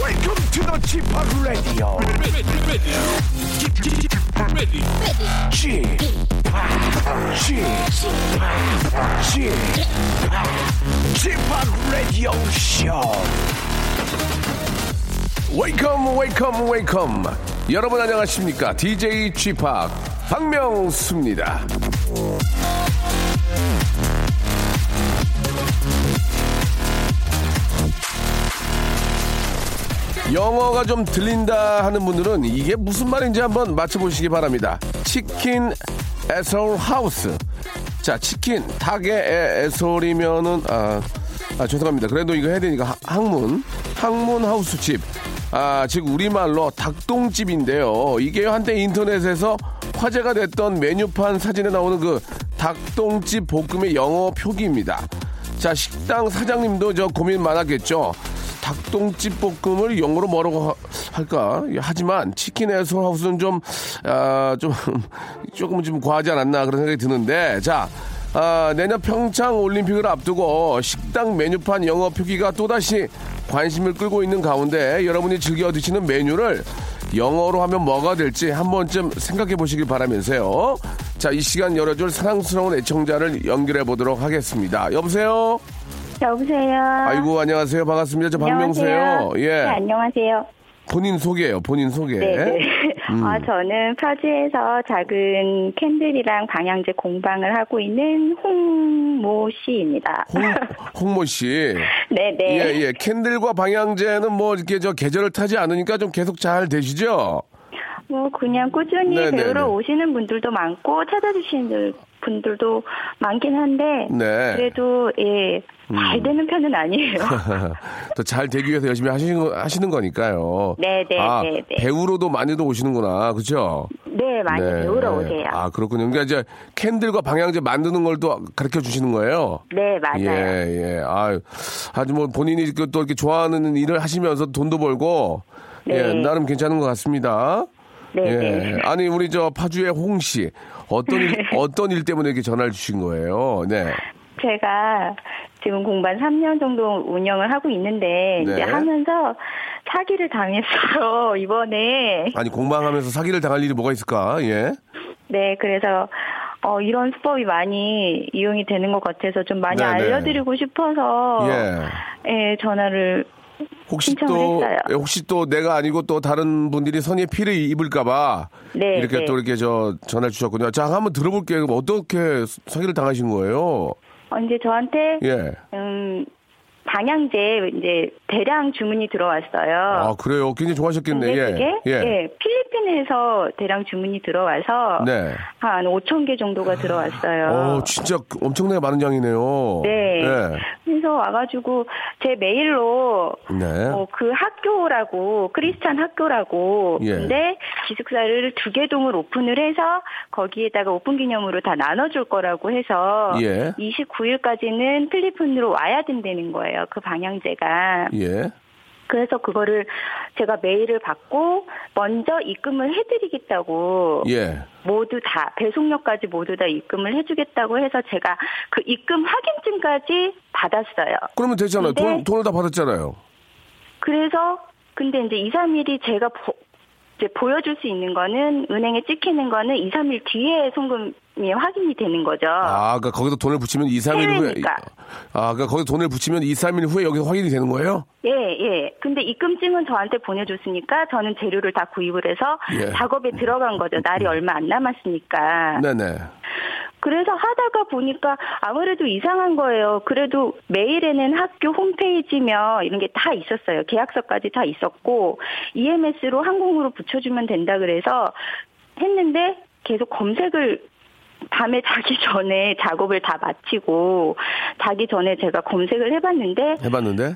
Welcome to the Chip Radio. Chip, Chip, Chip Radio Show. Welcome, welcome, welcome. 여러분 안녕하십니까? DJ Chip 박명수입니다. 영어가 좀 들린다 하는 분들은 이게 무슨 말인지 한번 맞춰보시기 바랍니다. 치킨 에솔 하우스. 자, 치킨 닭의 에- 에솔이면은 아, 아, 죄송합니다. 그래도 이거 해야 되니까 하- 항문 항문 하우스 집. 아, 즉 우리말로 닭똥집인데요. 이게 한때 인터넷에서 화제가 됐던 메뉴판 사진에 나오는 그 닭똥집 볶음의 영어 표기입니다. 자 식당 사장님도 저 고민 많았겠죠. 닭똥집 볶음을 영어로 뭐라고 하- 할까? 하지만 치킨의 솔하우스는 좀, 아, 좀, 조금 좀 과하지 않았나 그런 생각이 드는데, 자, 아, 내년 평창 올림픽을 앞두고 식당 메뉴판 영어 표기가 또다시 관심을 끌고 있는 가운데 여러분이 즐겨 드시는 메뉴를 영어로 하면 뭐가 될지 한 번쯤 생각해 보시길 바라면서요. 자, 이 시간 열어줄 사랑스러운 애청자를 연결해 보도록 하겠습니다. 여보세요? 여보세요. 아이고, 안녕하세요. 반갑습니다. 저 박명수예요. 안녕하세요. 네, 예. 안녕하세요. 본인 소개예요. 음. 본인 소개. 네. 네. 아, 저는 파주에서 작은 캔들이랑 방향제 공방을 하고 있는 홍모 씨입니다. 홍, 모 씨. 네, 네. 예, 예. 캔들과 방향제는 뭐 이렇게 저 계절을 타지 않으니까 좀 계속 잘 되시죠? 뭐 그냥 꾸준히 네, 네, 배우러 네. 분들도 오시는 분들도 많고 찾아주시는 분들도 많긴 한데 네. 음. 그래도 예. 잘 되는 편은 아니에요. 더 잘 되기 위해서 열심히 하시는, 거, 하시는 거니까요. 네, 네, 아, 네, 네. 배우로도 많이도 오시는구나. 그죠? 네, 많이 네. 배우러 오세요. 아, 그렇군요. 그러니까 이제 캔들과 방향제 만드는 걸 또 가르쳐 주시는 거예요? 네, 맞아요. 예, 예. 아유. 아주 뭐 본인이 그또 이렇게 좋아하는 일을 하시면서 돈도 벌고, 네. 예, 나름 괜찮은 것 같습니다. 네, 예. 네. 아니, 우리 저 파주의 홍 씨. 어떤 일, 어떤 일 때문에 이렇게 전화를 주신 거예요? 네. 제가 지금 공반 3년 정도 운영을 하고 있는데 네. 이제 하면서 사기를 당했어요 이번에 아니, 공방하면서 사기를 당할 일이 뭐가 있을까? 예. 네 그래서 어 이런 수법이 많이 이용이 되는 것 같아서 좀 많이 네, 네. 알려드리고 싶어서 예. 예, 전화를 혹시 신청을 또, 했어요. 예, 혹시 또 내가 아니고 또 다른 분들이 선의의 피를 입을까봐. 네, 이렇게 네. 또 이렇게 저 전화를 주셨군요. 자, 한번 들어볼게요. 그럼 어떻게 사기를 당하신 거예요? 어, 이제 저한테 예. 음 방향제 이제 대량 주문이 들어왔어요. 아, 그래요? 굉장히 좋아하셨겠네. 근데 예. 그게 예. 예, 필리핀에서 대량 주문이 들어와서 네. 한 5천 개 정도가 들어왔어요. 어, 진짜 엄청나게 많은 양이네요. 네. 예. 그래서 와가지고 제 메일로 네. 어, 그 학교라고 크리스찬 학교라고 예. 근데 기숙사를 두 개 동을 오픈을 해서 거기에다가 오픈 기념으로 다 나눠줄 거라고 해서 예. 29일까지는 필리핀으로 와야 된다는 거예요. 그 방향제가 예. 그래서 그거를 제가 메일을 받고 먼저 입금을 해드리겠다고 예. 모두 다 배송료까지 모두 다 입금을 해주겠다고 해서 제가 그 입금 확인증까지 받았어요. 그러면 됐잖아요. 근데- 어. 돈, 돈을 다 받았잖아요. 그래서 근데 이제 2, 3일이 제가 보, 이제 보여줄 수 있는 거는 은행에 찍히는 거는 2, 3일 뒤에 송금이 확인이 되는 거죠. 아, 그러니까 거기서 돈을 붙이면 2, 3일 후에. 해외니까. 아, 그러니까 거기서 돈을 붙이면 2, 3일 후에 여기서 확인이 되는 거예요? 예, 예. 근데 입금증은 저한테 보내줬으니까 저는 재료를 다 구입을 해서 예. 작업에 들어간 거죠. 날이 얼마 안 남았으니까. 네네. 그래서 하다가 보니까 아무래도 이상한 거예요. 그래도 메일에는 학교 홈페이지며 이런 게 다 있었어요. 계약서까지 다 있었고 E EMS로 항공으로 붙여주면 된다 그래서 했는데 계속 검색을 밤에 자기 전에 작업을 다 마치고 자기 전에 제가 검색을 해봤는데 해봤는데?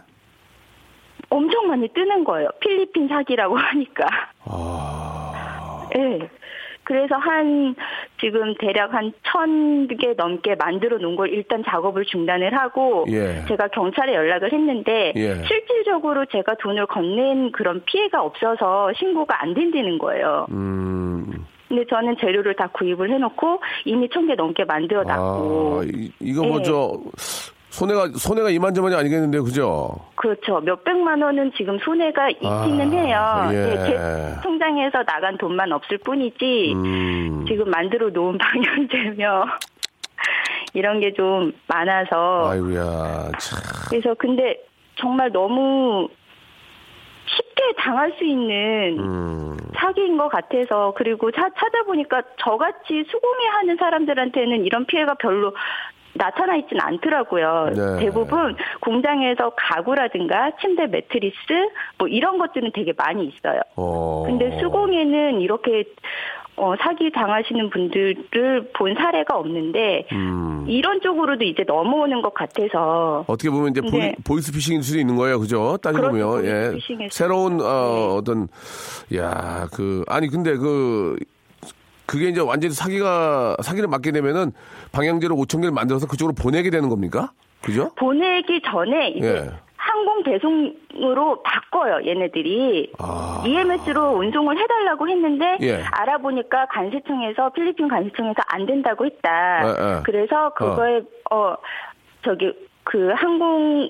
엄청 많이 뜨는 거예요. 필리핀 사기라고 하니까. 아. 네. 그래서 한, 지금 대략 한 천 개 넘게 만들어 놓은 걸 일단 작업을 중단을 하고, 예. 제가 경찰에 연락을 했는데, 예. 실질적으로 제가 돈을 건넨 그런 피해가 없어서 신고가 안 된다는 거예요. 음. 근데 저는 재료를 다 구입을 해놓고, 이미 천 개 넘게 만들어 놨고, 아, 이, 이거 예. 뭐 저 손해가 손해가 이만저만이 아니겠는데요, 그죠? 그렇죠. 몇백만 원은 지금 손해가 있기는 아, 해요. 예. 네, 제 통장에서 나간 돈만 없을 뿐이지, 음. 지금 만들어 놓은 방향제며 이런 게 좀 많아서 아이고야, 참. 그래서 근데 정말 너무 쉽게 당할 수 있는 음. 사기인 것 같아서 그리고 차, 찾아보니까 저같이 수공예 하는 사람들한테는 이런 피해가 별로 나타나 있진 않더라고요. 네. 대부분 공장에서 가구라든가 침대 매트리스 뭐 이런 것들은 되게 많이 있어요. 어. 근데 수공예는 이렇게 어, 사기 당하시는 분들을 본 사례가 없는데 음. 이런 쪽으로도 이제 넘어오는 것 같아서 어떻게 보면 이제 보이, 네. 보이스 피싱일 수도 있는 거예요, 그죠? 따지고 그렇죠, 보면 예. 보이스피싱일 수 새로운 있죠. 네. 어, 어떤 야, 그 아니 근데 그 그게 이제 완전히 사기가 사기를 맞게 되면은 방향제로 5천 개를 만들어서 그쪽으로 보내게 되는 겁니까? 그죠? 보내기 전에 이제 예. 항공 배송으로 바꿔요 얘네들이 아. EMS로 운송을 해달라고 했는데 예. 알아보니까 간세청에서 필리핀 간세청에서 안 된다고 예, 했다. 예. 그래서 그거에 어. 저기 그 항공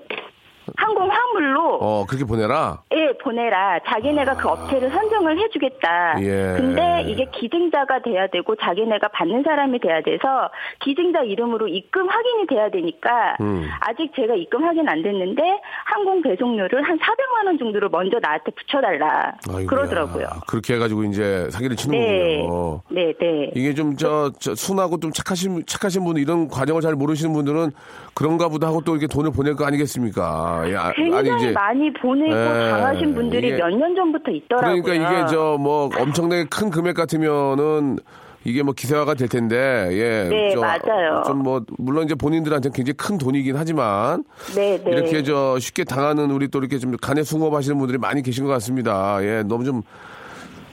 항공 화물로 어, 그렇게 보내라. 예, 보내라. 자기네가 그 업체를 선정을 해주겠다. 아. 예. 근데 이게 기증자가 돼야 되고 자기네가 받는 사람이 돼야 돼서 기증자 이름으로 입금 확인이 돼야 되니까 음. 아직 제가 입금 확인 안 됐는데 항공 배송료를 한 400만 원 정도를 먼저 나한테 붙여달라. 아이고야. 그러더라고요. 그렇게 해가지고 이제 사기를 치는 네. 거군요. 네, 네. 이게 좀 저 순하고 좀 착하신 착하신 분 이런 과정을 잘 모르시는 분들은 그런가 보다 하고 또 이렇게 돈을 보낼 거 아니겠습니까? 예, 아- 굉장히 이제- 많이 보내고 예, 당하신 분들이 이게- 몇 년 전부터 있더라고요. 그러니까 이게 저 뭐 엄청나게 큰 금액 같으면은 이게 뭐 기사화가 될 텐데 예. 네, 맞아요. 좀 뭐 물론 이제 본인들한테 는 굉장히 큰 돈이긴 하지만 네, 네. 이렇게 저 쉽게 당하는 우리 또 이렇게 좀 간에 숭업하시는 분들이 많이 계신 것 같습니다. 예, 너무 좀.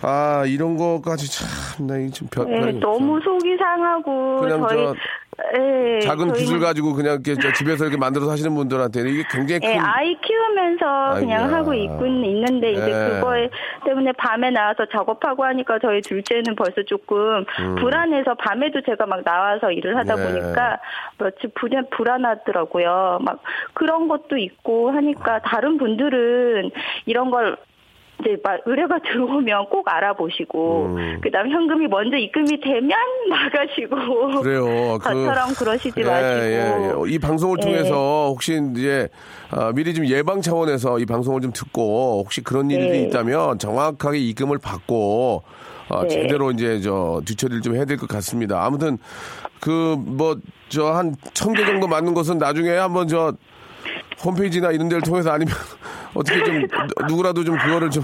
아 이런 거까지 참나이좀 별. 예, 별이 너무 없어요. 속이 상하고 그냥 저희 저 예, 작은 저희는- 기술 가지고 그냥 이렇게 저 집에서 이렇게 만들어서 하시는 분들한테는 이게 굉장히 큰 예, 아이 키우면서 그냥 그 아이고야. 하고 있고 있는데 이제 예. 그거에 때문에 밤에 나와서 작업하고 하니까 저희 둘째는 벌써 조금 불안해서 밤에도 제가 막 나와서 일을 하다 음. 예. 보니까 며칠 불안 불안하더라고요. 막 그런 것도 있고 하니까 다른 분들은 이런 걸 이제 막 의뢰가 들어오면 꼭 알아보시고 그다음 에 현금이 먼저 입금이 되면 나가시고 그래요. 그- 저처럼 그러시지 예, 마시고 예, 예. 이 방송을 예. 통해서 혹시 이제 아, 미리 좀 예방 차원에서 이 방송을 좀 듣고 혹시 그런 일이 네. 있다면 정확하게 입금을 받고 아, 네. 제대로 이제 저 뒤처리를 좀 해야 될 것 같습니다. 아무튼 그 뭐 저 한 천 개 정도 맞는 것은 나중에 한번 저 홈페이지나 이런 데를 통해서 아니면 어떻게 좀 누- 누구라도 좀 그거를 좀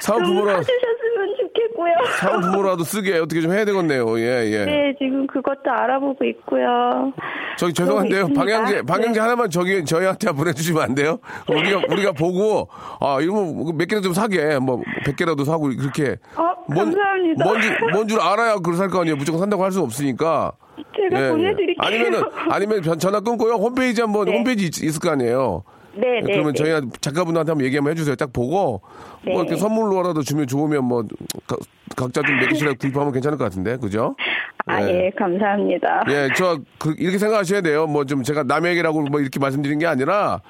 사업 좀 부모라 사주셨으면 좋겠고요. 사업 부모라도 쓰게 어떻게 좀 해야 되겠네요. 예, 예. 네, 지금 그것도 알아보고 있고요. 저기 죄송한데요. 그러고 있습니다. 방향제 방향제 네. 하나만 저기 저희한테 보내주시면 안 돼요? 우리가 우리가 보고 아 이러면 몇 개라도 좀 사게 뭐 백 개라도 사고 그렇게 어, 감사합니다. 뭔지 뭔줄 알아야 그걸 살 거 아니에요. 무조건 산다고 할 수 없으니까. 예, 제가 보내드릴게요. 네, 아니면은 아니면 전- 전화 끊고요. 홈페이지 한번 네. 홈페이지 있- 있을 거 아니에요. 네, 네, 그러면 네. 저희 작가분한테 한번 얘기 한번 해주세요. 딱 보고 네. 뭐 이렇게 선물로라도 주면 좋으면 뭐 가- 각자 좀 몇 개씩 구입하면 괜찮을 것 같은데, 그죠? 아, 예. 예, 감사합니다. 예, 저, 그, 이렇게 생각하셔야 돼요. 뭐 좀 제가 남의 얘기라고 뭐 이렇게 말씀드린 게 아니라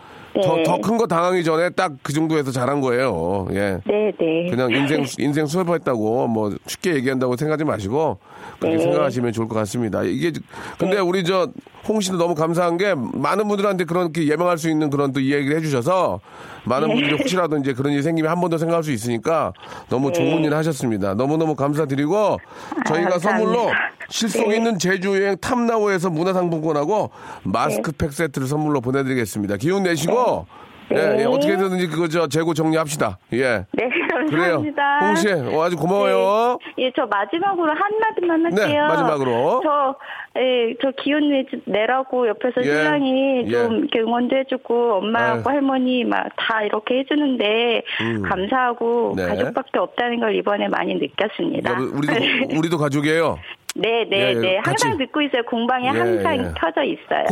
더, 네. 더 큰 거 당하기 전에 딱 그 정도에서 잘한 거예요. 예. 네, 네. 그냥 인생, 인생 수업했다고 뭐 쉽게 얘기한다고 생각하지 마시고 그렇게 네. 생각하시면 좋을 것 같습니다. 이게, 근데 우리 저, 홍 씨도 너무 감사한 게 많은 분들한테 그렇게 예방할 수 있는 그런 또 이야기를 해주셔서 많은 네. 분들이 혹시라도 이제 그런 일이 생기면 한 번 더 생각할 수 있으니까 너무 좋은 일 하셨습니다. 너무너무 감사드리고 저희가 네. 아, 감사합니다. 네. 선물로 실속 있는 제주여행 탐나오에서 문화상품권하고 마스크팩 세트를 선물로 보내드리겠습니다. 기운 내시고 네. 예, 네. 예, 어떻게든지 그거 저 재고 정리합시다. 예. 네, 그래요. 감사합니다. 홍 씨, 어, 아주 고마워요. 네. 예, 저 마지막으로 한마디만 할게요. 네, 마지막으로. 저, 예, 저 기운 내- 내라고 옆에서 예. 신랑이 예. 좀 이렇게 응원도 해주고 엄마하고 할머니 막 다 이렇게 해주는데 감사하고 음. 네. 가족밖에 없다는 걸 이번에 많이 느꼈습니다. 그러니까 우리도 우리도 가족이에요. 네, 네, 예, 네. 같이. 항상 듣고 있어요. 공방에 예, 항상 예. 켜져 있어요.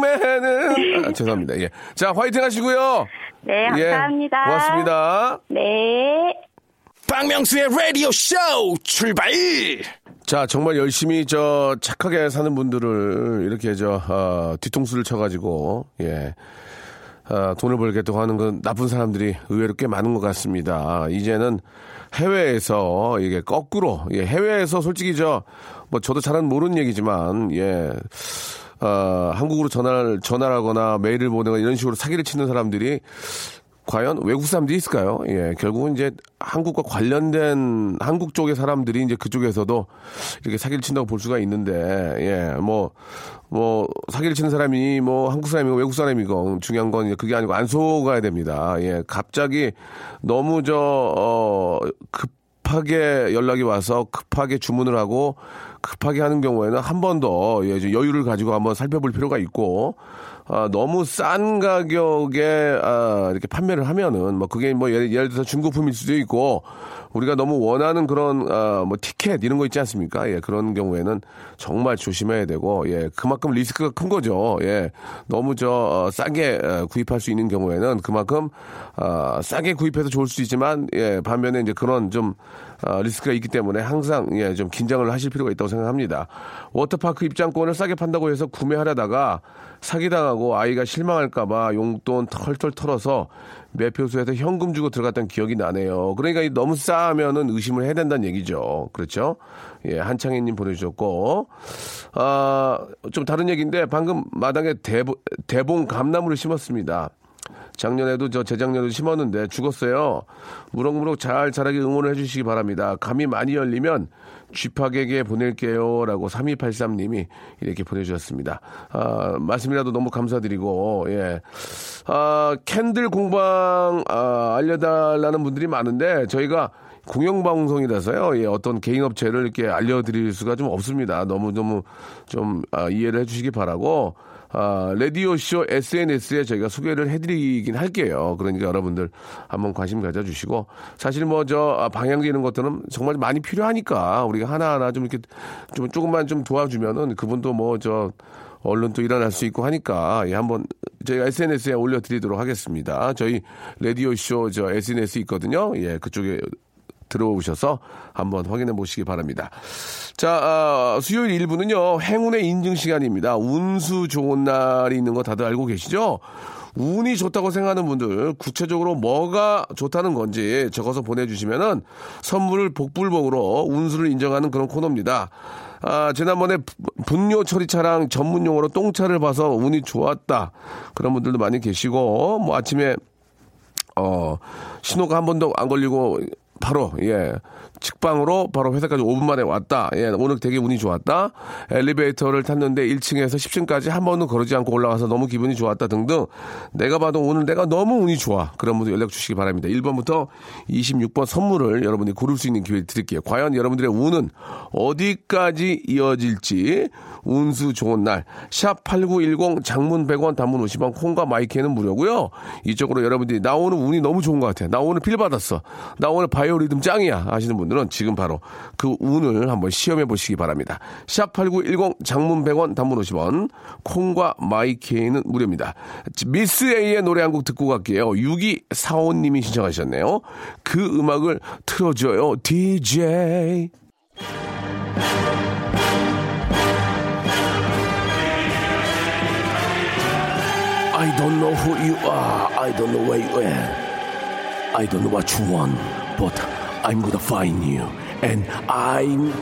공방매는 아, 죄송합니다. 예. 자, 화이팅 하시고요. 네, 감사합니다. 예, 고맙습니다. 네. 박명수의 라디오 쇼 출발! 자, 정말 열심히 저 착하게 사는 분들을 이렇게 저 어, 뒤통수를 쳐가지고 예. 아, 돈을 벌겠다고 하는 건 나쁜 사람들이 의외로 꽤 많은 것 같습니다. 아, 이제는 해외에서 이게 거꾸로 예, 해외에서 솔직히 저 뭐 저도 잘은 모르는 얘기지만 예. 아, 한국으로 전화를 전화하거나 메일을 보내거나 이런 식으로 사기를 치는 사람들이 과연 외국 사람들이 있을까요? 예, 결국은 이제 한국과 관련된 한국 쪽의 사람들이 이제 그쪽에서도 이렇게 사기를 친다고 볼 수가 있는데, 예, 뭐, 뭐, 사기를 치는 사람이 뭐 한국 사람이고 외국 사람이고 중요한 건 이제 그게 아니고 안 속아야 됩니다. 예, 갑자기 너무 저, 어, 급, 급하게 연락이 와서 급하게 주문을 하고 급하게 하는 경우에는 한 번 더 예, 여유를 가지고 한번 살펴볼 필요가 있고 아, 너무 싼 가격에 아, 이렇게 판매를 하면은 뭐 그게 뭐 예를, 예를 들어서 중고품일 수도 있고 우리가 너무 원하는 그런 아, 뭐 티켓 이런 거 있지 않습니까? 예, 그런 경우에는 정말 조심해야 되고 예, 그만큼 리스크가 큰 거죠. 예, 너무 저 어, 싸게 어, 구입할 수 있는 경우에는 그만큼 아, 싸게 구입해서 좋을 수 있지만 예, 반면에 이제 그런 좀 아, 리스크가 있기 때문에 항상 예, 좀 긴장을 하실 필요가 있다고 생각합니다. 워터파크 입장권을 싸게 판다고 해서 구매하려다가 사기당하고 아이가 실망할까봐 용돈 털털 털어서 매표소에서 현금 주고 들어갔던 기억이 나네요. 그러니까 이 너무 싸면은 의심을 해야 된다는 얘기죠. 그렇죠? 예, 한창희님 보내주셨고, 아, 좀 다른 얘기인데 방금 마당에 대보, 대봉 감나무를 심었습니다. 작년에도 저 재작년에도 심었는데 죽었어요. 무럭무럭 잘 자라게 응원을 해주시기 바랍니다. 감이 많이 열리면 쥐팍에게 보낼게요. 라고 3283님이 이렇게 보내주셨습니다. 아, 말씀이라도 너무 감사드리고, 예. 아, 캔들 공방, 아, 알려달라는 분들이 많은데 저희가 공영방송이라서요. 예, 어떤 개인 업체를 이렇게 알려드릴 수가 좀 없습니다. 너무 너무 좀 아, 이해를 해주시기 바라고 아, 라디오 쇼 SNS에 저희가 소개를 해드리긴 할게요. 그러니까 여러분들 한번 관심 가져주시고 사실 뭐 저 방향제 이런 것들은 정말 많이 필요하니까 우리가 하나하나 좀 이렇게 좀 조금만 좀 도와주면은 그분도 뭐 저 언론 또 일어날 수 있고 하니까 예, 한번 저희가 SNS에 올려드리도록 하겠습니다. 저희 라디오 쇼저 SNS 있거든요. 예, 그쪽에 들어오셔서 한번 확인해 보시기 바랍니다. 자, 아, 수요일 일부는요 행운의 인증 시간입니다. 운수 좋은 날이 있는 거 다들 알고 계시죠? 운이 좋다고 생각하는 분들, 구체적으로 뭐가 좋다는 건지 적어서 보내주시면은 선물을 복불복으로 운수를 인정하는 그런 코너입니다. 아, 지난번에 부- 분뇨 처리차랑 전문 용어로 똥차를 봐서 운이 좋았다. 그런 분들도 많이 계시고, 뭐 아침에 어, 신호가 한 번도 안 걸리고 바로 예 직방으로 바로 회사까지 5분 만에 왔다. 예 오늘 되게 운이 좋았다. 엘리베이터를 탔는데 1층에서 10층까지 한 번도 거르지 않고 올라와서 너무 기분이 좋았다 등등. 내가 봐도 오늘 내가 너무 운이 좋아. 그런 분들 연락 주시기 바랍니다. 1번부터 26번 선물을 여러분이 고를 수 있는 기회 드릴게요. 과연 여러분들의 운은 어디까지 이어질지 운수 좋은 날. 샵8910 장문 100원 단문 50원 콩과 마이크에는 무료고요. 이쪽으로 여러분들이 나 오늘 운이 너무 좋은 것 같아. 나 오늘 필 받았어. 나 오늘 바이오리듬 짱이야. 하시는 분들은 지금 바로 그 운을 한번 시험해 보시기 바랍니다. 샵8910 장문 100원 단문 50원 콩과 마이크에는 무료입니다. 미스 A의 노래 한 곡 듣고 갈게요. 6245님이 신청하셨네요. 그 음악을 틀어줘요. DJ. I don't know who you are. I don't know where you are. I don't know what you want. But I'm gonna find you. And I'm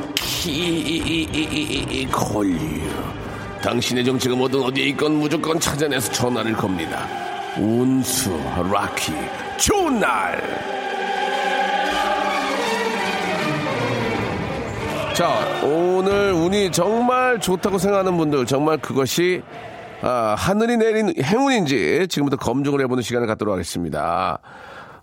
call you. 당신의 정체가 뭐든 어디에 있건 무조건 찾아내서 전화를 겁니다. 운수, 라키, 좋은 날! 자, 오늘 운이 정말 좋다고 생각하는 분들, 정말 그것이 아, 하늘이 내린 행운인지 지금부터 검증을 해보는 시간을 갖도록 하겠습니다.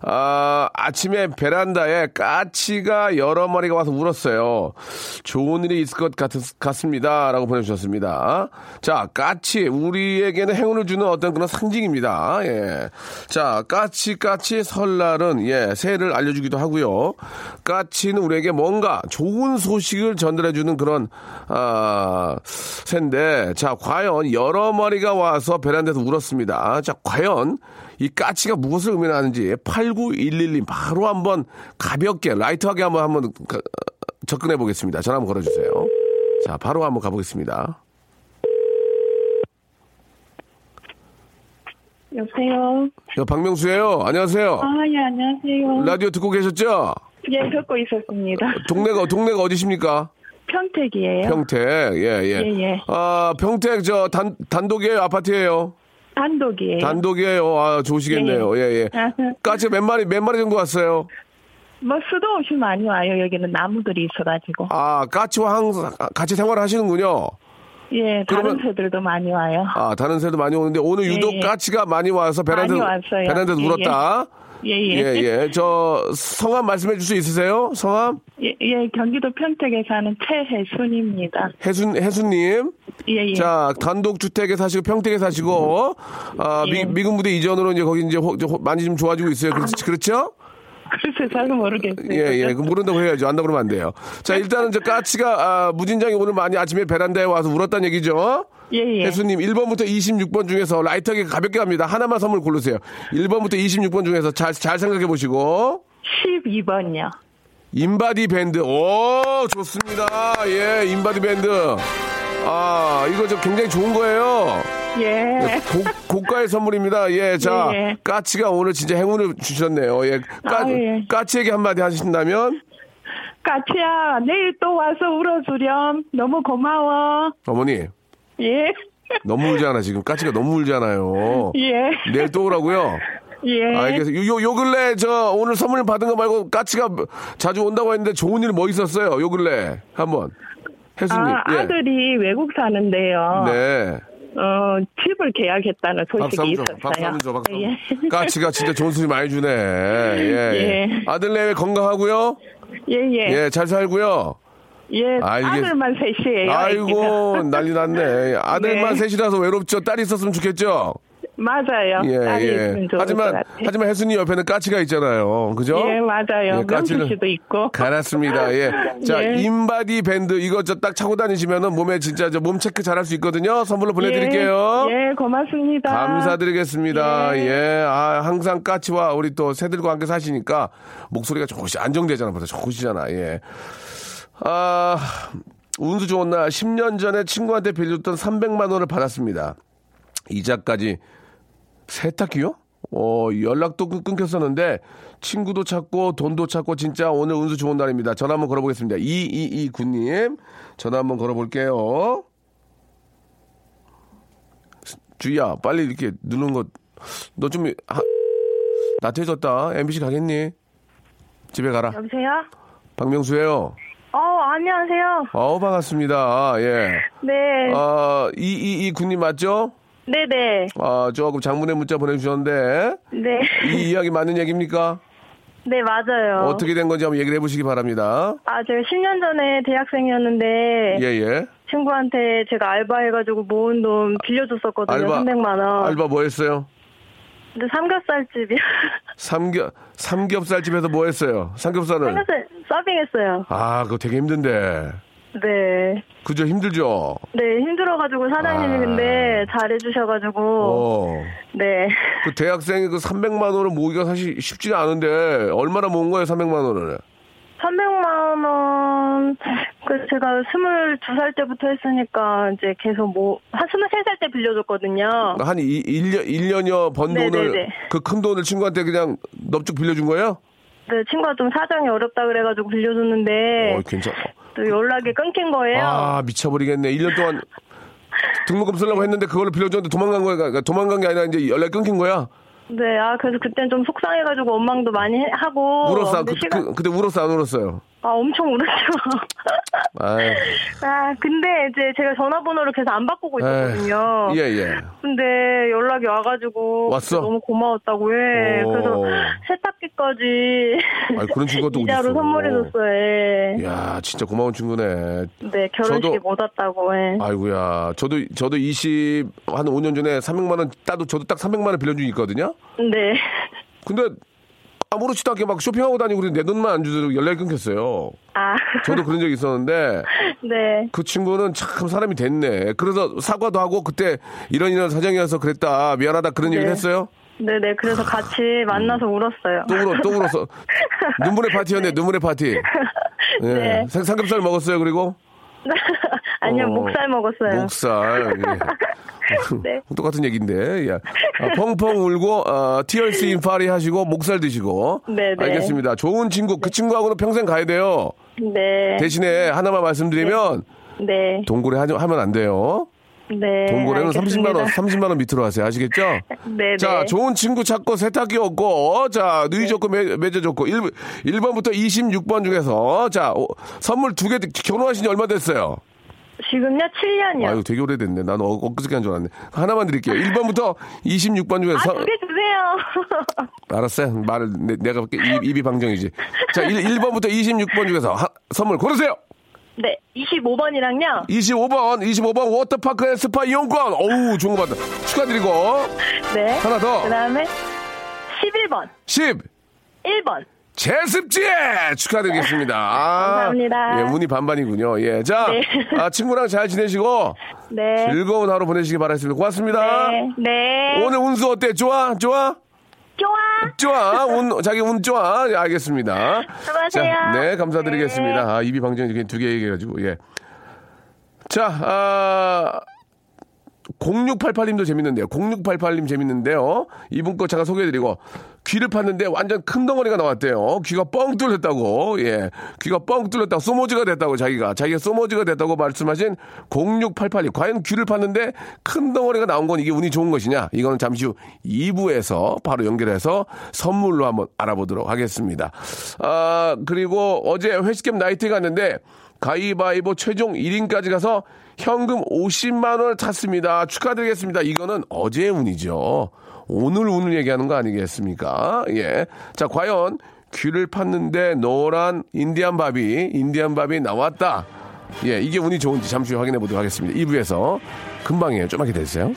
아, 아침에 베란다에 까치가 여러 마리가 와서 울었어요. 좋은 일이 있을 것 같, 습니다 라고 보내주셨습니다. 자, 까치. 우리에게는 행운을 주는 어떤 그런 상징입니다. 예. 자, 까치, 까치 설날은, 예, 새해를 알려주기도 하고요. 까치는 우리에게 뭔가 좋은 소식을 전달해주는 그런, 아, 새인데, 자, 과연 여러 마리가 와서 베란다에서 울었습니다. 자, 과연 이 까치가 무엇을 의미하는지 89111님 바로 한번 가볍게 라이트하게 한번 한번 가- 접근해 보겠습니다. 전화 한번 걸어주세요. 자, 바로 한번 가보겠습니다. 여보세요. 여 박명수예요. 안녕하세요. 아, 예, 안녕하세요. 어. 라디오 듣고 계셨죠? 예, 듣고 있었습니다. 동네가 동네가 어디십니까? 평택이에요. 평택. 예, 예. 네. 예, 예. 아, 평택 저 단 단독이에요, 아파트예요. 단독이에요. 단독이에요. 아, 좋으시겠네요. 예, 예. 네. 아, 까치 몇 마리 몇 마리 정도 왔어요? 뭐 수도 없이 많이 와요. 여기는 나무들이 있어가지고. 아, 까치와 항상 같이 생활을 하시는군요. 예, 그러면- 다른 새들도 많이 와요. 아, 다른 새도 많이 오는데 오늘 예, 유독 예. 까치가 많이 와서 베란다 많이 왔어요. 베란다에서 예, 울었다. 예, 예, 예. 예, 예. 저 성함 말씀해 줄 수 있으세요? 성함? 예, 경기도 평택에 사는 최혜순입니다. 해순 해순님. 예, 예. 자, 단독 주택에 사시고 평택에 사시고 아, 예. 미, 군 부대 이전으로 이제 거기 이제 호- 저 호- 많이 좀 좋아지고 있어요. 그렇지, 그렇죠? 글쎄, 잘 모르겠어요. 예, 예. 그 모른다고 해야죠. 안다 그러면 안 돼요. 자, 일단은 저 까치가 아, 무진장이 오늘 많이 아침에 베란다에 와서 울었다는 얘기죠. 예, 예. 해수님 1번부터 26번 중에서 라이트하게 가볍게 갑니다. 하나만 선물 고르세요. 1번부터 26번 중에서 잘, 잘 생각해 보시고 12번이요. 인바디 밴드. 오, 좋습니다. 예, 인바디 밴드. 아, 이거 저 굉장히 좋은 거예요. 예. 고, 가의 선물입니다. 예, 자, 예. 까치가 오늘 진짜 행운을 주셨네요. 예, 까, 아, 예. 까치에게 한마디 하신다면 까치야, 내일 또 와서 울어주렴. 너무 고마워. 어머니 예. 너무 울잖아 지금 까치가 너무 울잖아요. 예. 내일 또 오라고요. 예. 알겠어요. 요, 요 근래 저 오늘 선물 받은 거 말고 까치가 자주 온다고 했는데 좋은 일 뭐 있었어요? 요 근래 한번 해수님. 아, 아들이 외국 사는데요. 예. 네. 어, 집을 계약했다는 소식이 박수 한번 줘. 있었어요. 박수 한번 줘. 박수. 한번 줘. 예. 까치가 진짜 좋은 소식 많이 주네. 예. 예. 예. 아들내외 건강하고요. 예, 예. 예, 잘 살고요. 예, 아, 이게- 아들만 셋이에요. 아이고 아기가. 난리 났네. 예, 아들만 예, 네. 셋이라서 외롭죠. 딸이 있었으면 좋겠죠. 맞아요. 예, 딸이 예. 있으면 좋을 것 하지만 같아요. 하지만 혜순이 옆에는 까치가 있잖아요. 그죠? 예, 맞아요. 예, 명수 씨도 있고. 갈았습니다. 예. 자, 예. 인바디 밴드 이거 저 딱 차고 다니시면은 몸에 진짜 저 몸 체크 잘할 수 있거든요. 선물로 보내 드릴게요. 예, 예, 고맙습니다. 감사드리겠습니다. 예. 예. 아, 항상 까치와 우리 또 새들과 함께 사시니까 목소리가 조금씩 안정되잖아. 보다 좋으시잖아. 예. 아, 운수 좋은 날 10년 전에 친구한테 빌렸던 300만 원을 받았습니다. 이자까지 세탁기요? 어, 연락도 끊- 끊겼었는데 친구도 찾고 돈도 찾고 진짜 오늘 운수 좋은 날입니다. 전화 한번 걸어보겠습니다. 222 군님 전화 한번 걸어볼게요. 주희야 빨리 이렇게 누르는 거너좀 나태해졌다. MBC 가겠니? 집에 가라. 여보세요? 박명수예요. 어, 안녕하세요. 아우 반갑습니다. 아, 예. 네. 아, 이이이 군님 맞죠? 네네. 아, 조금 장문의 문자 보내주셨는데 네. 이 이야기 맞는 얘기입니까? 네, 맞아요. 어떻게 된 건지 한번 얘기를 해보시기 바랍니다. 아, 제가 10년 전에 대학생이었는데 예, 예. 친구한테 제가 알바해가지고 모은 돈 빌려줬었거든요. 300만 원. 알바 뭐 했어요? 근데 삼겹살집이요. 네. 삼겹, 삼겹살 집에서 뭐 했어요? 삼겹살을. 삼겹살 서빙했어요. 아, 그거 되게 힘든데. 네. 그죠? 힘들죠? 네, 힘들어가지고 사장님이 아. 근데 잘해주셔가지고 어. 네. 그 대학생이 그 300만 원을 모으기가 사실 쉽지는 않은데, 얼마나 모은 거예요, 300만 원을? 300만 원, 그 제가 22살 때부터 했으니까 이제 계속 뭐, 한 23살 때 빌려줬거든요. 한 이- 일년일년여번 어. 네, 돈을, 네, 네. 그 큰 돈을 친구한테 그냥 넙죽 빌려준 거예요? 네, 친구가 좀 사정이 어렵다 그래가지고 빌려줬는데, 어, 괜찮아. 또 연락이 끊긴 거예요. 아, 미쳐버리겠네. 일 년 동안 등록금 쓰려고 했는데 그걸로 빌려줬는데 도망간 거야. 그러니까 도망간 게 아니라 이제 연락이 끊긴 거야. 네, 아, 그래서 그땐 좀 속상해가지고 원망도 많이 해- 하고. 울었어. 근데 그, 시간- 그, 그때 울었어, 안 울었어요? 아, 엄청 울었죠. 아유, 아, 근데 이제 제가 전화번호를 계속 안 바꾸고 있었거든요. 예, 예. 근데 연락이 와가지고 왔어? 너무 고마웠다고 해. 오. 그래서 세탁기까지 아니, 그런 친구가 또 이자로 어딨어. 선물해줬어요. 예. 야, 진짜 고마운 친구네. 네, 결혼식에 저도- 못 왔다고 예. 해. 아이고야. 저도 저도 20 한 5년 전에 300만 원 따도 저도 딱 300만 원 빌려준 적 있거든요. 네. 근데 아무렇지도 않게 막 쇼핑하고 다니고 그랬는데 내 돈만 안 주도록 연락이 끊겼어요. 아, 저도 그런 적이 있었는데 네. 그 친구는 참 사람이 됐네. 그래서 사과도 하고 그때 이런 이런 사정이어서 그랬다. 미안하다 그런 얘기를 네. 했어요? 네네, 그래서 같이 만나서 울었어요. 아. 음. 또 울어 또 울어서 눈물의 파티였네. 눈물의 파티. 예. 네. 삼- 삼겹살 먹었어요. 그리고 아니요, 어, 목살 먹었어요. 목살. 예. 네. 똑같은 얘기인데. 예. 아, 펑펑 울고 어, 티얼스 인파리 하시고 목살 드시고. 네, 네. 알겠습니다. 좋은 친구 그 친구하고는 평생 가야 돼요. 네. 대신에 하나만 말씀드리면 네. 동고래 하, 면안 돼요. 네. 동고래는 알겠습니다. 30만 원 30만 원 밑으로 하세요. 아시겠죠? 네, 자, 네. 좋은 친구 찾고 세탁기 없고, 자, 누이 좋고, 매- 매제 좋고, 1, 일번부터 26번 중에서, 자, 오, 선물 두 개, 결혼하신 지 얼마 됐어요? 지금요? 7년이요. 아유, 되게 오래됐네. 난 어, 엊그저께 한 줄 알았네. 하나만 드릴게요. 1번부터 26번 중에서. 아, 두개 주세요. 알았어요. 말을, 내, 가 입, 이 방정이지. 자, 1, 번부터 26번 중에서 하- 선물 고르세요! 네, 25번이랑요. 25번, 25번 워터파크의 스파 이용권! 어우, 좋은 거 받다. 축하드리고, 네. 하나 더. 그 다음에 11번, 10, 1번. 제습제 축하드리겠습니다. 아, 감사합니다. 예, 운이 반반이군요. 예, 자, 네. 아, 친구랑 잘 지내시고 네. 즐거운 하루 보내시기 바라겠습니다. 고맙습니다. 네. 네. 오늘 운수 어때? 좋아, 좋아, 좋아. 좋아. 운 자기 운 좋아. 예, 알겠습니다. 수고하세요. 자, 네, 감사드리겠습니다. 아, 입이 방정이 이렇게 두개 얘기해가지고 예. 자, 아. 0688님도 재밌는데요. 0688님 재밌는데요. 이분 거 제가 소개해드리고 귀를 팠는데 완전 큰 덩어리가 나왔대요. 귀가 뻥 뚫렸다고. 예, 귀가 뻥 뚫렸다고 소모지가 됐다고 자기가 자기가 소모지가 됐다고 말씀하신 0688님. 과연 귀를 팠는데 큰 덩어리가 나온 건 이게 운이 좋은 것이냐? 이거는 잠시 후 2부에서 바로 연결해서 선물로 한번 알아보도록 하겠습니다. 아 그리고 어제 회식캠 나이트 갔는데 가위바위보 최종 1인까지 가서 현금 50만 원을 탔습니다. 축하드리겠습니다. 이거는 어제의 운이죠. 오늘 운을 얘기하는 거 아니겠습니까? 예. 자, 과연 귀를 팠는데 노란 인디안 밥이, 인디안 밥이 나왔다. 예, 이게 운이 좋은지 잠시 후에 확인해 보도록 하겠습니다. 2부에서 금방이에요. 좀만 기다리세요.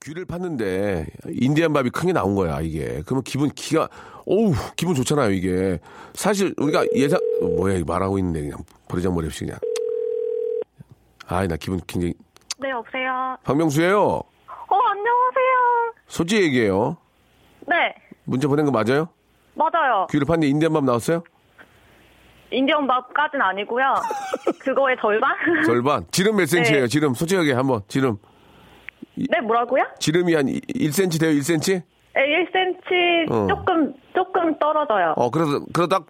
귀를 팠는데 인디안 밥이 크게 나온 거야 이게 그러면 기분 기가 어우 기분 좋잖아요 이게 사실 우리가 예상 어, 뭐야 이거 말하고 있는데 그냥 버리장머리 없이 그냥 아이 나 기분 굉장히 네, 여보세요. 박명수예요 어, 안녕하세요. 솔직히 얘기해요 네, 문자 보낸 거 맞아요 맞아요. 귀를 팠는데 인디안 밥 나왔어요 인디언 밥까진 아니고요. 그거의 절반? 절반 지름 몇 센치예요 네. 지름 솔직하게 한번 지름 네, 뭐라고요? 지름이 한 1cm 돼요 1cm 1cm 어. 조금, 조금 떨어져요. 어 그래서 그러다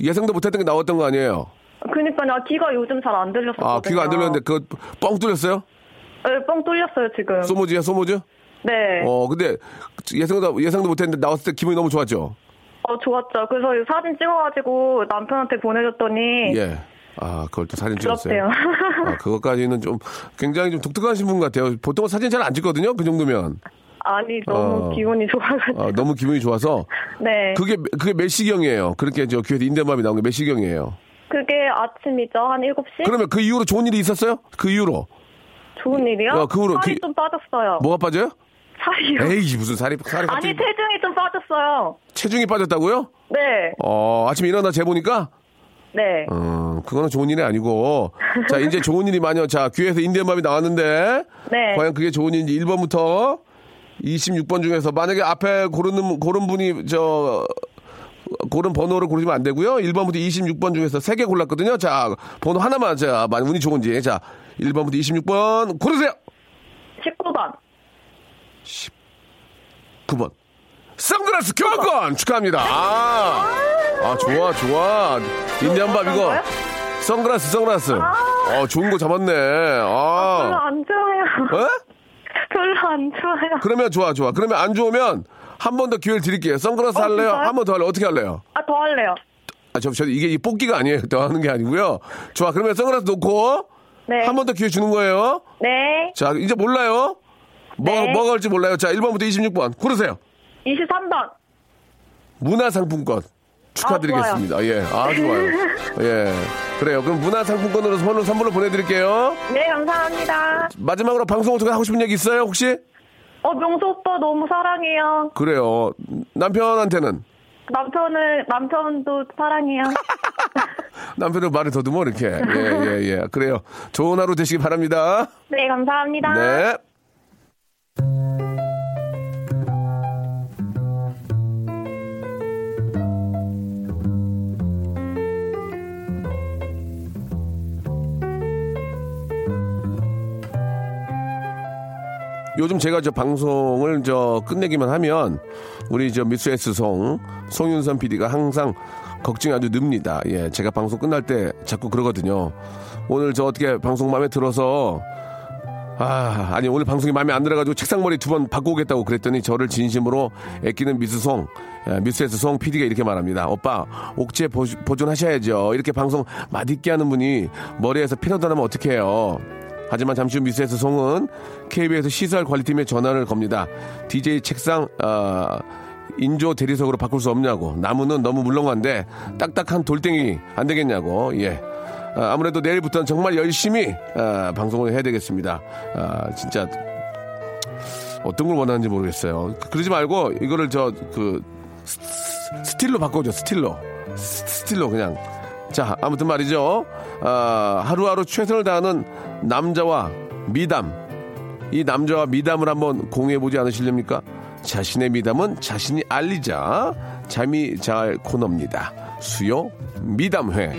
예상도 못했던 게 나왔던 거 아니에요 그니까요, 귀가 요즘 잘 안 들렸었거든요. 아 귀가 안 들렸는데 그뻥 뚫렸어요 네, 뻥 뚫렸어요, 지금. 소모지야 소모지 네. 어. 어, 근데 예상도 예상도 못했는데 나왔을 때 기분이 너무 좋았죠. 어, 좋았죠. 그래서 이 사진 찍어가지고 남편한테 보내줬더니. 예. 아, 그걸 또 사진 찍었어요. 네. 부럽대요. 아, 그것까지는 좀 굉장히 좀 독특한 신분 같아요. 보통은 사진 잘 안 찍거든요. 그 정도면 아니, 너무 어. 기분이 좋아가지고. 아, 너무 기분이 좋아서 네. 그게 그게 몇 시경이에요. 그렇게 저 귀에 인대맘이 나온 게 몇 시경이에요. 그게 아침이죠. 한 7시? 그러면 그 이후로 좋은 일이 있었어요? 그 이후로 좋은 일이요? 야, 그 후로 살이 기- 좀 빠졌어요. 뭐가 빠져요? 살이요? 에이, 무슨 살이 살이 아니, 네. 갑자기 체중이 좀 빠졌어요. 체중이 빠졌다고요? 네. 어, 아침에 일어나 재보니까 네. 음, 그거는 좋은 일이 아니고. 자, 이제 좋은 일이 많이, 자, 귀에서 인디언밥이 나왔는데. 네. 과연 그게 좋은 일인지 1번부터 26번 중에서 만약에 앞에 고르는, 고른 분이, 저, 고른 번호를 고르시면 안 되고요. 1번부터 26번 중에서 3개 골랐거든요. 자, 번호 하나만, 자, 많이 운이 좋은지. 자, 1번부터 26번 고르세요! 19번. 어. 9번. 선글라스 교환권 축하합니다. 아, 아 좋아 좋아 인디안밥 어떤 이거 거요? 선글라스 선글라스 어 좋은 거 잡았네 별로 아 안 좋아요. 에? 별로 안 좋아요. 그러면 좋아 좋아 그러면 안 좋으면 한 번 더 기회를 드릴게요 선글라스 어, 할래요 진짜요? 한 번 더 할래요 어떻게 할래요 아, 더 할래요. 아저 저, 이게 이 뽑기가 아니에요 더 하는 게 아니고요 좋아 그러면 선글라스 놓고 네. 한 번 더 기회 주는 거예요 네. 자 이제 몰라요 뭐 네. 뭐가 올지 몰라요 자 1번부터 26번 고르세요 23번. 문화상품권 축하드리겠습니다. 예, 아 좋아요. 예, 그래요. 그럼 문화상품권으로 선물로 선물로 보내드릴게요. 네, 감사합니다. 마지막으로 방송 어떻게 하고 싶은 얘기 있어요 혹시? 어, 명수 오빠 너무 사랑해요. 그래요. 남편한테는 남편을, 남편도 사랑해요. 남편은 말을 더듬어 이렇게. 예, 예, 예. 그래요. 좋은 하루 되시기 바랍니다. 네, 감사합니다. 네. 요즘 제가 저 방송을 저 끝내기만 하면 우리 저 미스 S 송 송윤선 PD가 항상 걱정이 아주 늡니다. 예, 제가 방송 끝날 때 자꾸 그러거든요. 오늘 저 어떻게 방송 마음에 들어서 아, 아니 오늘 방송이 마음에 안 들어가지고 책상머리 두 번 바꿔 오겠다고 그랬더니 저를 진심으로 애끼는 미스송, 예, 미스에스송 PD가 이렇게 말합니다. 오빠, 옥죄 보- 보존하셔야죠. 이렇게 방송 맛있게 하는 분이 머리에서 피라도 나면 어떡해요. 하지만 잠시 후 미스에스 송은 KBS 시설 관리팀에 전화를 겁니다. DJ 책상, 아, 인조 대리석으로 바꿀 수 없냐고. 나무는 너무 물렁한데 딱딱한 돌덩이 안 되겠냐고. 예. 아, 아무래도 내일부터는 정말 열심히 아, 방송을 해야 되겠습니다. 아, 진짜 어떤 걸 원하는지 모르겠어요. 그- 그러지 말고 이거를 저 그 스틸로 바꿔줘. 스틸로 스- 스틸로 그냥. 자 아무튼 말이죠. 아, 하루하루 최선을 다하는 남자와 미담 이 남자와 미담을 한번 공유해보지 않으시렵니까? 자신의 미담은 자신이 알리자 잠이 잘 코너입니다. 수요 미담회.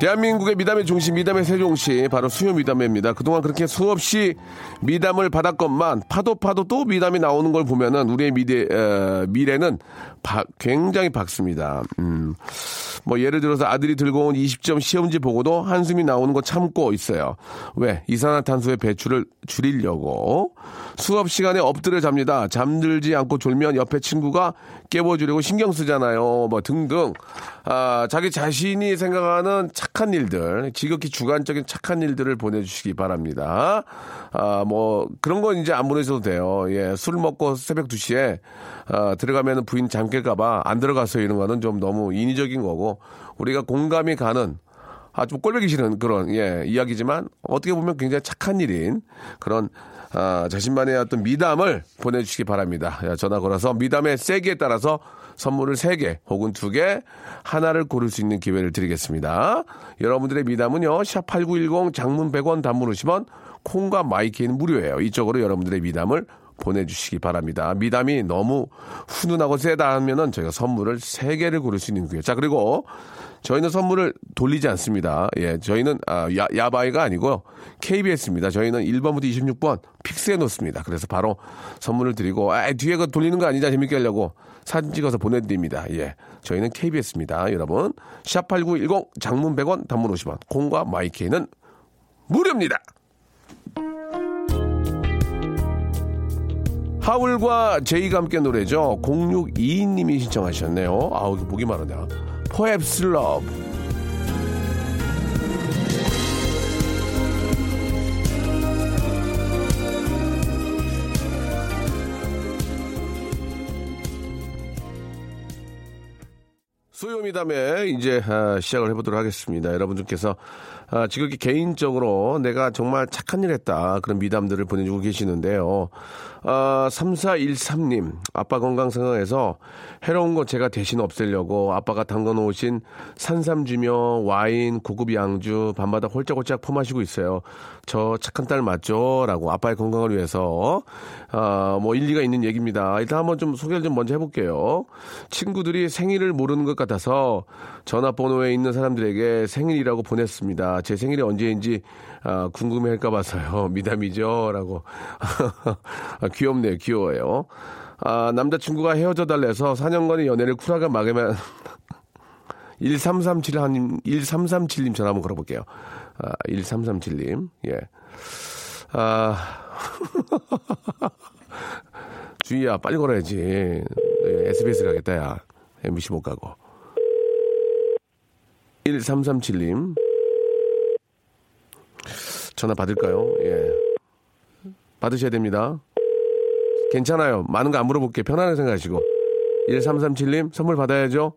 대한민국의 미담의 중심, 미담의 세종시, 바로 수요 미담회입니다. 그동안 그렇게 수없이 미담을 받았건만 파도 파도 또 미담이 나오는 걸 보면은 우리의 미래, 에, 미래는 바- 굉장히 밝습니다. 음, 뭐 예를 들어서 아들이 들고 온 20점 시험지 보고도 한숨이 나오는 거 참고 있어요. 왜? 이산화탄소의 배출을 줄이려고. 수업 시간에 엎드려 잡니다. 잠들지 않고 졸면 옆에 친구가 깨워주려고 신경 쓰잖아요. 뭐 등등. 아, 자기 자신이 생각하는 착한 일들, 지극히 주관적인 착한 일들을 보내주시기 바랍니다. 아, 뭐, 그런 건 이제 안 보내셔도 돼요. 예, 술 먹고 새벽 2시에, 아, 들어가면 부인 잠 깰까봐 안 들어가서 이런 거는 좀 너무 인위적인 거고, 우리가 공감이 가는, 아, 좀 꼴보기 싫은 그런, 예, 이야기지만, 어떻게 보면 굉장히 착한 일인 그런, 아, 자신만의 어떤 미담을 보내주시기 바랍니다. 예, 전화 걸어서 미담의 세기에 따라서 선물을 세개 혹은 두개 하나를 고를 수 있는 기회를 드리겠습니다. 여러분들의 미담은요, 샵8910 장문 100원 단문 50원, 콩과 마이키는 무료예요. 이쪽으로 여러분들의 미담을 보내주시기 바랍니다. 미담이 너무 훈훈하고 세다 하면은 저희가 선물을 세개를 고를 수 있는 거예요. 자, 그리고 저희는 선물을 돌리지 않습니다. 예, 저희는 아, 야, 야바이가 아니고요. KBS입니다. 저희는 1번부터 26번 픽스해 놓습니다. 그래서 바로 선물을 드리고 아, 뒤에 거 돌리는 거 아니자 재밌게 하려고 사진 찍어서 보내드립니다. 예, 저희는 KBS입니다. 여러분 샵8910 장문 100원 단문 50원 콩과 마이케이는 무료입니다. 하울과 제이가 함께 노래죠. 0622님이 신청하셨네요. 아우, 이거 보기 마르다. Perhaps Love. 수요미담에 이제 아, 시작을 해보도록 하겠습니다. 여러분들께서 아, 지극히 개인적으로 내가 정말 착한 일 했다 그런 미담들을 보내주고 계시는데요. 아, 3413님 아빠 건강 생각해서 해로운 거 제가 대신 없애려고 아빠가 담가놓으신 산삼주며 와인 고급 양주 밤마다 홀짝홀짝 퍼마시고 있어요. 저 착한 딸 맞죠? 라고 아빠의 건강을 위해서 아, 뭐 일리가 있는 얘기입니다. 일단 한번 좀 소개를 좀 먼저 해볼게요. 친구들이 생일을 모르는 것 같아서 전화번호에 있는 사람들에게 생일이라고 보냈습니다. 아, 제 생일이 언제인지 아, 궁금해할까 봐서요. 미담이죠라고. 아, 귀엽네요. 귀여워요. 아, 남자친구가 헤어져 달래서 4년간의 연애를 쿨하게 마감한 1337님 1337님 전화 한번 걸어볼게요. 아, 1337님. 예. 아. 주희야, 빨리 걸어야지. 예, SBS 가겠다, 야. MBC 못 가고. 1337님. 전화 받을까요? 예. 받으셔야 됩니다. 괜찮아요. 많은 거 안 물어볼게. 편안하게 생각하시고. 1337님, 선물 받아야죠.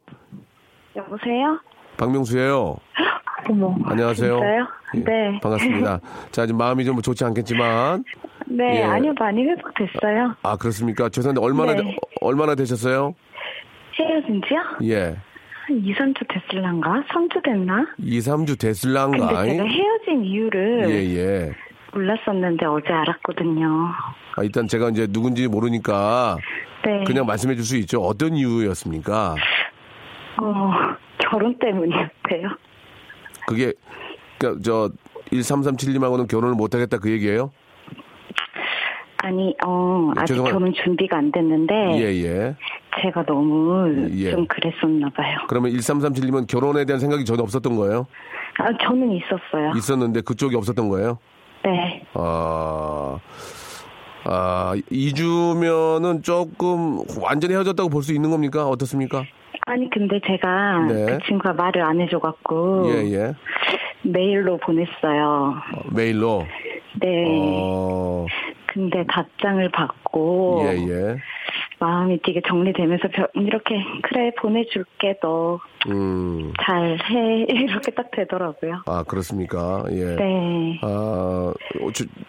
여보세요? 박명수예요 어머. 안녕하세요. 진짜요? 예, 네. 반갑습니다. 자, 지금 마음이 좀 좋지 않겠지만. 네, 예. 아니요, 많이 회복됐어요. 아, 그렇습니까? 죄송한데, 얼마나, 네. 되- 어, 얼마나 되셨어요? 헤어진 지요? 예. 한 2, 3주 됐을란가? 3주 됐나? 2, 3주 됐을랑가? 근데 제가 헤어진 이유를 예, 예. 몰랐었는데 어제 알았거든요. 아, 일단 제가 이제 누군지 모르니까 네. 그냥 말씀해 줄 수 있죠. 어떤 이유였습니까? 어, 결혼 때문이었대요. 그게, 그니까 저, 1337님하고는 결혼을 못하겠다 그 얘기예요 아니, 어, 예, 아직 죄송한- 결혼 준비가 안 됐는데 예, 예. 제가 너무 예. 좀 그랬었나 봐요. 그러면 1337님은 결혼에 대한 생각이 전혀 없었던 거예요? 아, 저는 있었어요. 있었는데 그쪽이 없었던 거예요? 네. 아, 아, 2주면은 조금 완전히 헤어졌다고 볼 수 있는 겁니까? 어떻습니까? 아니 근데 제가 네. 그 친구가 말을 안 해줘갖고 예, 예. 메일로 보냈어요. 어, 메일로. 네. 어, 근데 답장을 받고 예, 예. 마음이 되게 정리되면서 벼- 음, 이렇게 그래 보내줄게 너 음, 잘해 이렇게 딱 되더라고요. 아, 그렇습니까? 예. 네. 아,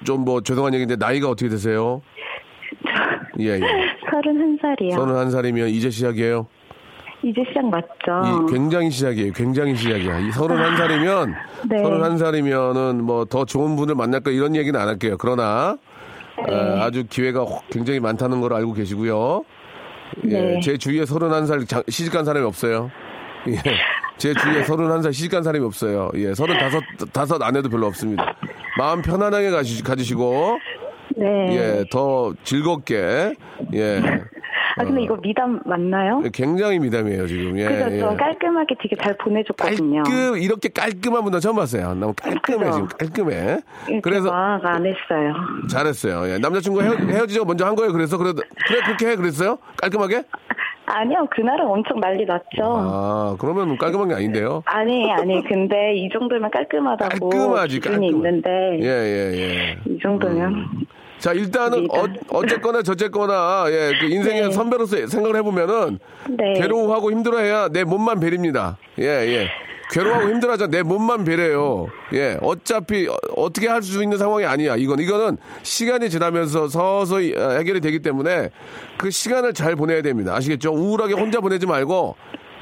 좀 뭐 죄송한 얘기인데 나이가 어떻게 되세요? 예, 예. 31살이요. 서른 한 살이면 이제 시작이에요. 이제 시작 맞죠? 이, 굉장히 시작이에요. 굉장히 시작이야. 이 서른 한 살이면 아. 네. 서른 한 살이면은 뭐 더 좋은 분을 만날까 이런 얘기는 안 할게요. 그러나 네. 아, 아주 기회가 확- 굉장히 많다는 걸 알고 계시고요. 예, 네. 제 주위에 서른 한살 시집간 사람이 없어요. 예. 제 주위에 서른 한살 시집간 사람이 없어요. 예, 서른 다섯 다섯 안 해도 별로 없습니다. 마음 편안하게 가시, 가지시고 네. 예, 더 즐겁게 예. 아 근데 이거 미담 맞나요? 굉장히 미담이에요 지금. 예, 그죠? 예. 저 깔끔하게 되게 잘 보내줬거든요. 깔끔 그, 이렇게 깔끔한 분은 처음 봤어요. 너무 깔끔해 그죠? 지금 깔끔해. 그래서 그래서 안 했어요. 잘했어요. 예, 남자친구 헤어, 헤어지자고 먼저 한 거예요. 그래서 그래 그래 그렇게 해 그랬어요? 깔끔하게? 아니요 그날은 엄청 난리 났죠. 아 그러면 깔끔한 게 아닌데요. 아. 니 아니 근데 이 정도면 깔끔하다고 깔끔하지 기준이 깔끔. 있는데 예예 예. 이 정도면 자 일단은 어, 미담. 어쨌거나 저쨌거나 예, 그 인생의 그러니까. 네. 선배로서 생각을 해보면은 네. 괴로워하고 힘들어해야 내 몸만 베립니다. 예 예. 괴로워하고 힘들어하자 내 몸만 베려요. 예, 어차피 어, 떻게 할 수 있는 상황이 아니야. 이건 이거는 시간이 지나면서 서서히 어, 해결이 되기 때문에 그 시간을 잘 보내야 됩니다. 아시겠죠? 우울하게 혼자 보내지 말고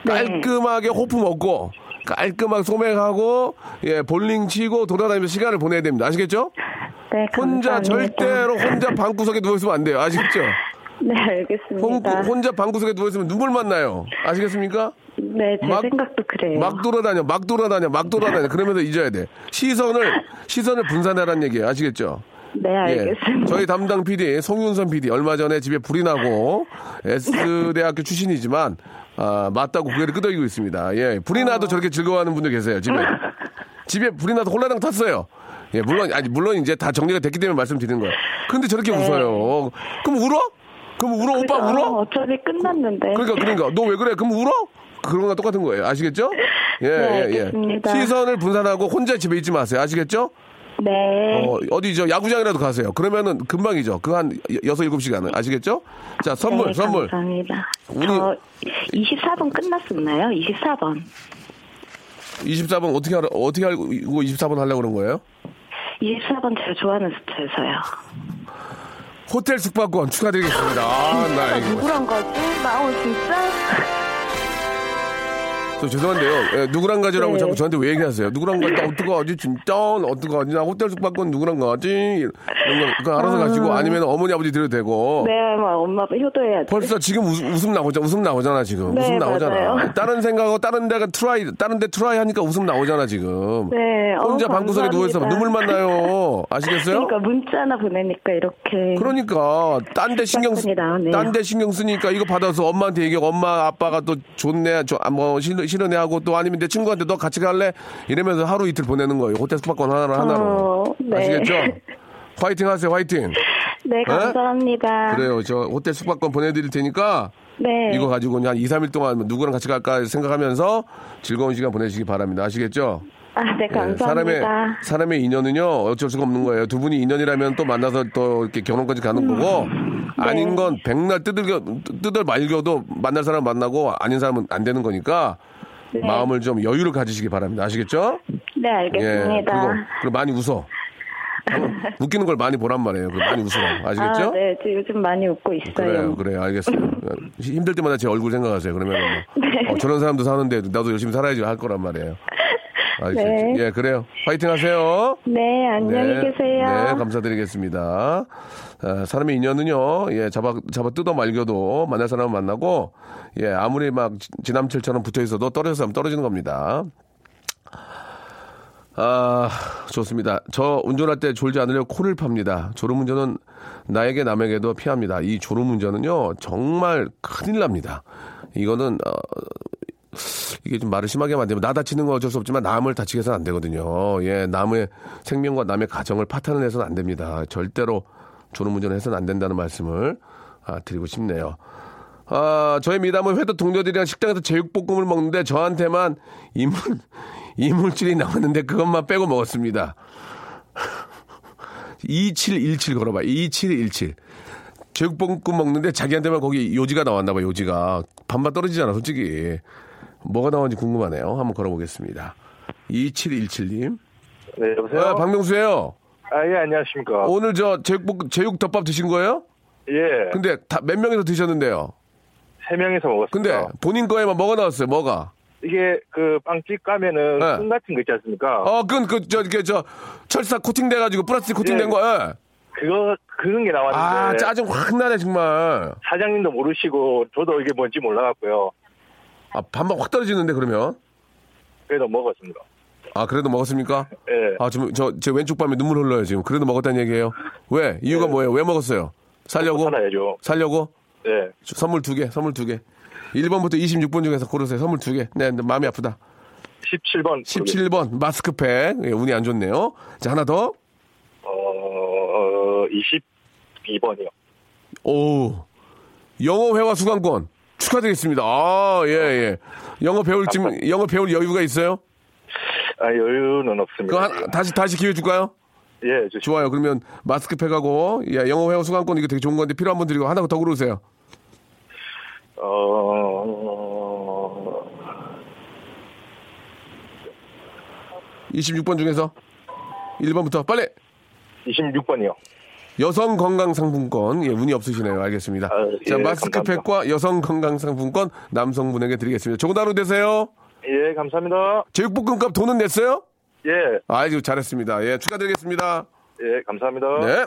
네. 깔끔하게 호프 먹고 깔끔하게 소맥하고 예 볼링 치고 돌아다니면서 시간을 보내야 됩니다. 아시겠죠? 네 혼자 감사합니다. 절대로 혼자 방구석에 누워 있으면 안 돼요. 아시겠죠? 네 혼, 알겠습니다. 혼자 방구석에 누워 있으면 눈물만 나요. 아시겠습니까? 네제 막- 생각도 그래요. 막 돌아다녀, 막 돌아다녀, 막 돌아다녀. 그러면서 잊어야 돼. 시선을 시선을 분산하라는 얘기예요. 아시겠죠? 네 예. 알겠습니다. 저희 담당 PD 송윤선 PD 얼마 전에 집에 불이 나고 S 대학교 출신이지만 아, 맞다고 고개를 끄덕이고 있습니다. 예, 불이 나도 저렇게 즐거워하는 분들 계세요. 집에 집에 불이 나서 홀라당 탔어요. 예, 물론 아니 물론 이제 다 정리가 됐기 때문에 말씀드리는 거예요. 근데 저렇게 웃어요. 그럼 울어? 그럼 울어 오빠 네. 그죠? 네. 울어? 어차피 끝났는데. 그러니까 그러니까 너 왜 그래? 그럼 울어? 그런 거랑 똑같은 거예요. 아시겠죠? 예, 네, 예, 예. 알겠습니다. 시선을 분산하고 혼자 집에 있지 마세요. 아시겠죠? 네. 어, 어디죠? 야구장이라도 가세요. 그러면은 금방이죠. 그 한 여섯 일곱 시간은 아시겠죠? 자, 선물, 네, 선물. 감사합니다. 우리- 어, 저 24번 끝났었나요? 24번. 24번 어떻게 알아, 어떻게 알고 24번 하려고 그런 거예요? 24번 제가 좋아하는 스타에서요. 호텔 숙박권 어, 축하드리겠습니다. 아, 나 이거. 누구랑 가지? 나 오늘 진짜? 저 죄송한데요. 예, 누구랑 가지라고 네. 자꾸 저한테 왜 얘기하세요? 누구랑 가지? 나 어떻게 가지? 진짜 어떻게 가지? 나 호텔 숙박권 누구랑 가지? 이런 거 그거 알아서 가시고 아니면 어머니 아버지 드려도 되고. 네, 막 엄마 아빠 효도해야 돼. 벌써 지금 웃, 웃음 나오잖아. 웃음 나오잖아 지금. 네, 웃음 나오잖아. 맞아요. 다른 생각하고 다른 데가 트라이 다른 데 트라이 하니까 웃음 나오잖아 지금. 네, 어우, 혼자 방구석에 누워 있어 감사합니다. 눈물만 나요. 아시겠어요? 그러니까 문자나 보내니까 이렇게. 그러니까 딴 데 신경 쓰, 맞습니다. 네. 딴 데 신경 쓰니까 이거 받아서 엄마한테 얘기하고 엄마 아빠가 또 좋네, 저, 아, 뭐 싫- 싫으네 하고 또 아니면 내 친구한테 너 같이 갈래 이러면서 하루 이틀 보내는 거예요. 호텔 숙박권 하나로 하나로. 어, 네. 아시겠죠? 화이팅 하세요, 화이팅. 네, 감사합니다. 그래요, 저 호텔 숙박권 보내드릴 테니까 네. 이거 가지고 한 2, 3일 동안 누구랑 같이 갈까 생각하면서 즐거운 시간 보내시기 바랍니다. 아시겠죠? 아, 네, 예, 감사합니다. 사람의 사람의 인연은요 어쩔 수가 없는 거예요. 두 분이 인연이라면 또 만나서 또 이렇게 결혼까지 가는 거고 음. 네. 아닌 건 백날 뜯을겨 뜯을 말겨도 만날 사람 만나고 아닌 사람은 안 되는 거니까 마음을 좀 여유를 가지시기 바랍니다. 아시겠죠? 네, 예. 그리고, 알겠습니다. 아, 그리고 많이 웃어. 웃기는 걸 많이 보란 말이에요. 그리고 많이 웃으라. 아시겠죠? 아, 네, 지금 요즘 많이 웃고 있어요. 그래요, 그래요, 알겠어요. 힘들 때마다 제 얼굴 생각하세요. 그러면 네. 뭐, 어, 저런 사람도 사는데 나도 열심히 살아야지 할 거란 말이에요. 알겠어요. 네. 예, 그래요. 화이팅 하세요. 네, 안녕히 네, 계세요. 네, 감사드리겠습니다. 아, 사람의 인연은요, 예, 잡아, 잡아 뜯어 말겨도 만날 사람은 만나고, 예, 아무리 막 지- 지남철처럼 붙어 있어도 떨어질 사람 떨어지는 겁니다. 아, 좋습니다. 저 운전할 때 졸지 않으려 코를 팝니다. 졸음 운전은 나에게 남에게도 피합니다. 이 졸음 운전은요, 정말 큰일 납니다. 이거는, 어, 이게 좀 말을 심하게 하면 안 되면 나 다치는 건 어쩔 수 없지만 남을 다치게 해서는 안 되거든요. 예, 남의 생명과 남의 가정을 파탄을 해서는 안 됩니다. 절대로 졸음운전을 해서는 안 된다는 말씀을 아, 드리고 싶네요. 아, 저희 미담은 회도 동료들이랑 식당에서 제육볶음을 먹는데 저한테만 이물, 이물질이 남았는데 그것만 빼고 먹었습니다. 2717 걸어봐. 2717. 제육볶음 먹는데 자기한테만 거기 요지가 나왔나 봐, 요지가. 반반 떨어지잖아, 솔직히. 뭐가 나왔는지 궁금하네요. 한번 걸어보겠습니다. 2717님. 네, 여보세요? 아, 박명수예요 아, 예, 안녕하십니까. 오늘 저 제육볶음, 제육덮밥 드신 거예요? 예. 근데 다 몇 명이서 드셨는데요? 세 명이서 근데 먹었습니다. 본인 거에만 뭐가 나왔어요, 뭐가? 이게 그 빵집 가면은 네. 콩 같은 거 있지 않습니까? 어, 그건 그, 저, 이렇게 저, 철사 코팅돼가지고 플라스틱 코팅된 예. 거, 예. 그거, 그런 게 아, 나왔는데. 짜증 확 나네, 정말. 사장님도 모르시고, 저도 이게 뭔지 몰라갖고요. 아, 반반 확 떨어지는데, 그러면? 그래도 먹었습니다. 아, 그래도 먹었습니까? 예. 아, 지금 저, 제 왼쪽 밤에 눈물 흘러요, 지금. 그래도 먹었다는 얘기예요. 왜? 이유가 뭐예요? 왜 먹었어요? 살려고? 살아야죠. 살려고? 예. 선물 두 개, 선물 두 개. 1번부터 26번 중에서 고르세요. 선물 두 개. 네, 근데 마음이 아프다. 17번. 17번, 마스크팩. 예, 운이 안 좋네요. 자, 하나 더. 어, 22번이요. 오. 영어 회화 수강권. 축하드리겠습니다. 아, 예, 예. 영어 배울, 지금, 영어 배울 여유가 있어요? 아, 여유는 그거 없습니다. 한, 다시, 다시 기회 줄까요? 예, 저 좋아요. 그러면 마스크팩하고, 예, 영어 회화 수강권 이거 되게 좋은 건데 필요한 분들이고 하나 더 고르세요. 어, 26번 중에서 1번부터 빨리 26번이요. 여성 건강 상품권 예 운이 없으시네요 알겠습니다 아, 예, 자 마스크팩과 여성 건강 상품권 남성분에게 드리겠습니다 좋은 하루 되세요 예, 감사합니다. 제육볶음값 돈은 냈어요 예, 아이고 잘했습니다 예 축하드리겠습니다 예, 감사합니다. 네.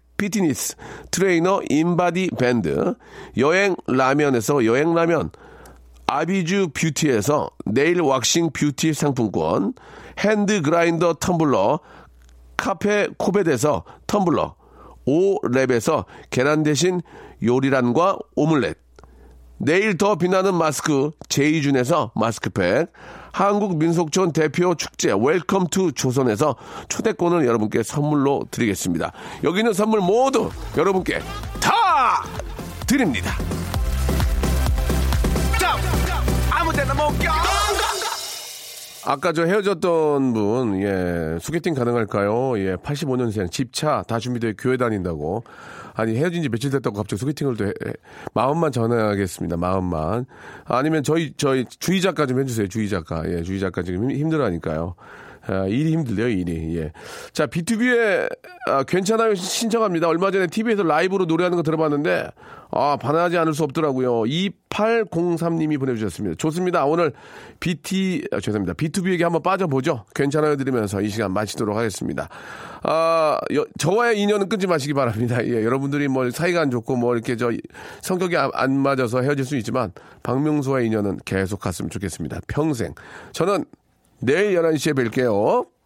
피트니스, 트레이너 인바디 밴드, 여행 라면에서 여행 라면, 아비주 뷰티에서 네일 왁싱 뷰티 상품권, 핸드 그라인더 텀블러, 카페 코베에서 텀블러, 오랩에서 계란 대신 요리란과 오믈렛, 내일 더 빛나는 마스크 제이준에서 마스크팩, 한국민속촌 대표 축제 웰컴 투 조선에서 초대권을 여러분께 선물로 드리겠습니다. 여기 있는 선물 모두 여러분께 다 드립니다. 아까 저 헤어졌던 분, 예, 소개팅 가능할까요? 예, 85년생, 집차 다 준비돼 교회 다닌다고. 아니, 헤어진 지 며칠 됐다고 갑자기 소개팅을 또 해, 해- 마음만 전화하겠습니다, 마음만. 아니면 저희, 저희 주희 작가 좀 해주세요, 주희 작가. 예, 주희 작가 지금 힘- 힘들어하니까요. 아, 일이 힘들대요, 일이. 예. 자, B2B의 괜찮아요 신청합니다. 얼마 전에 TV에서 라이브로 노래하는 거 들어봤는데 아, 반하지 않을 수 없더라고요. 2803님이 보내주셨습니다. 좋습니다. 오늘 BT 아, 죄송합니다. B2B에게 한번 빠져보죠. 괜찮아요 드리면서 이 시간 마치도록 하겠습니다. 아, 여- 저와의 인연은 끊지 마시기 바랍니다. 예, 여러분들이 뭐 사이가 안 좋고 뭐 이렇게 저 성격이 안- 안 맞아서 헤어질 수 있지만 박명수와의 인연은 계속 갔으면 좋겠습니다. 평생 저는 내일 11시에 뵐게요.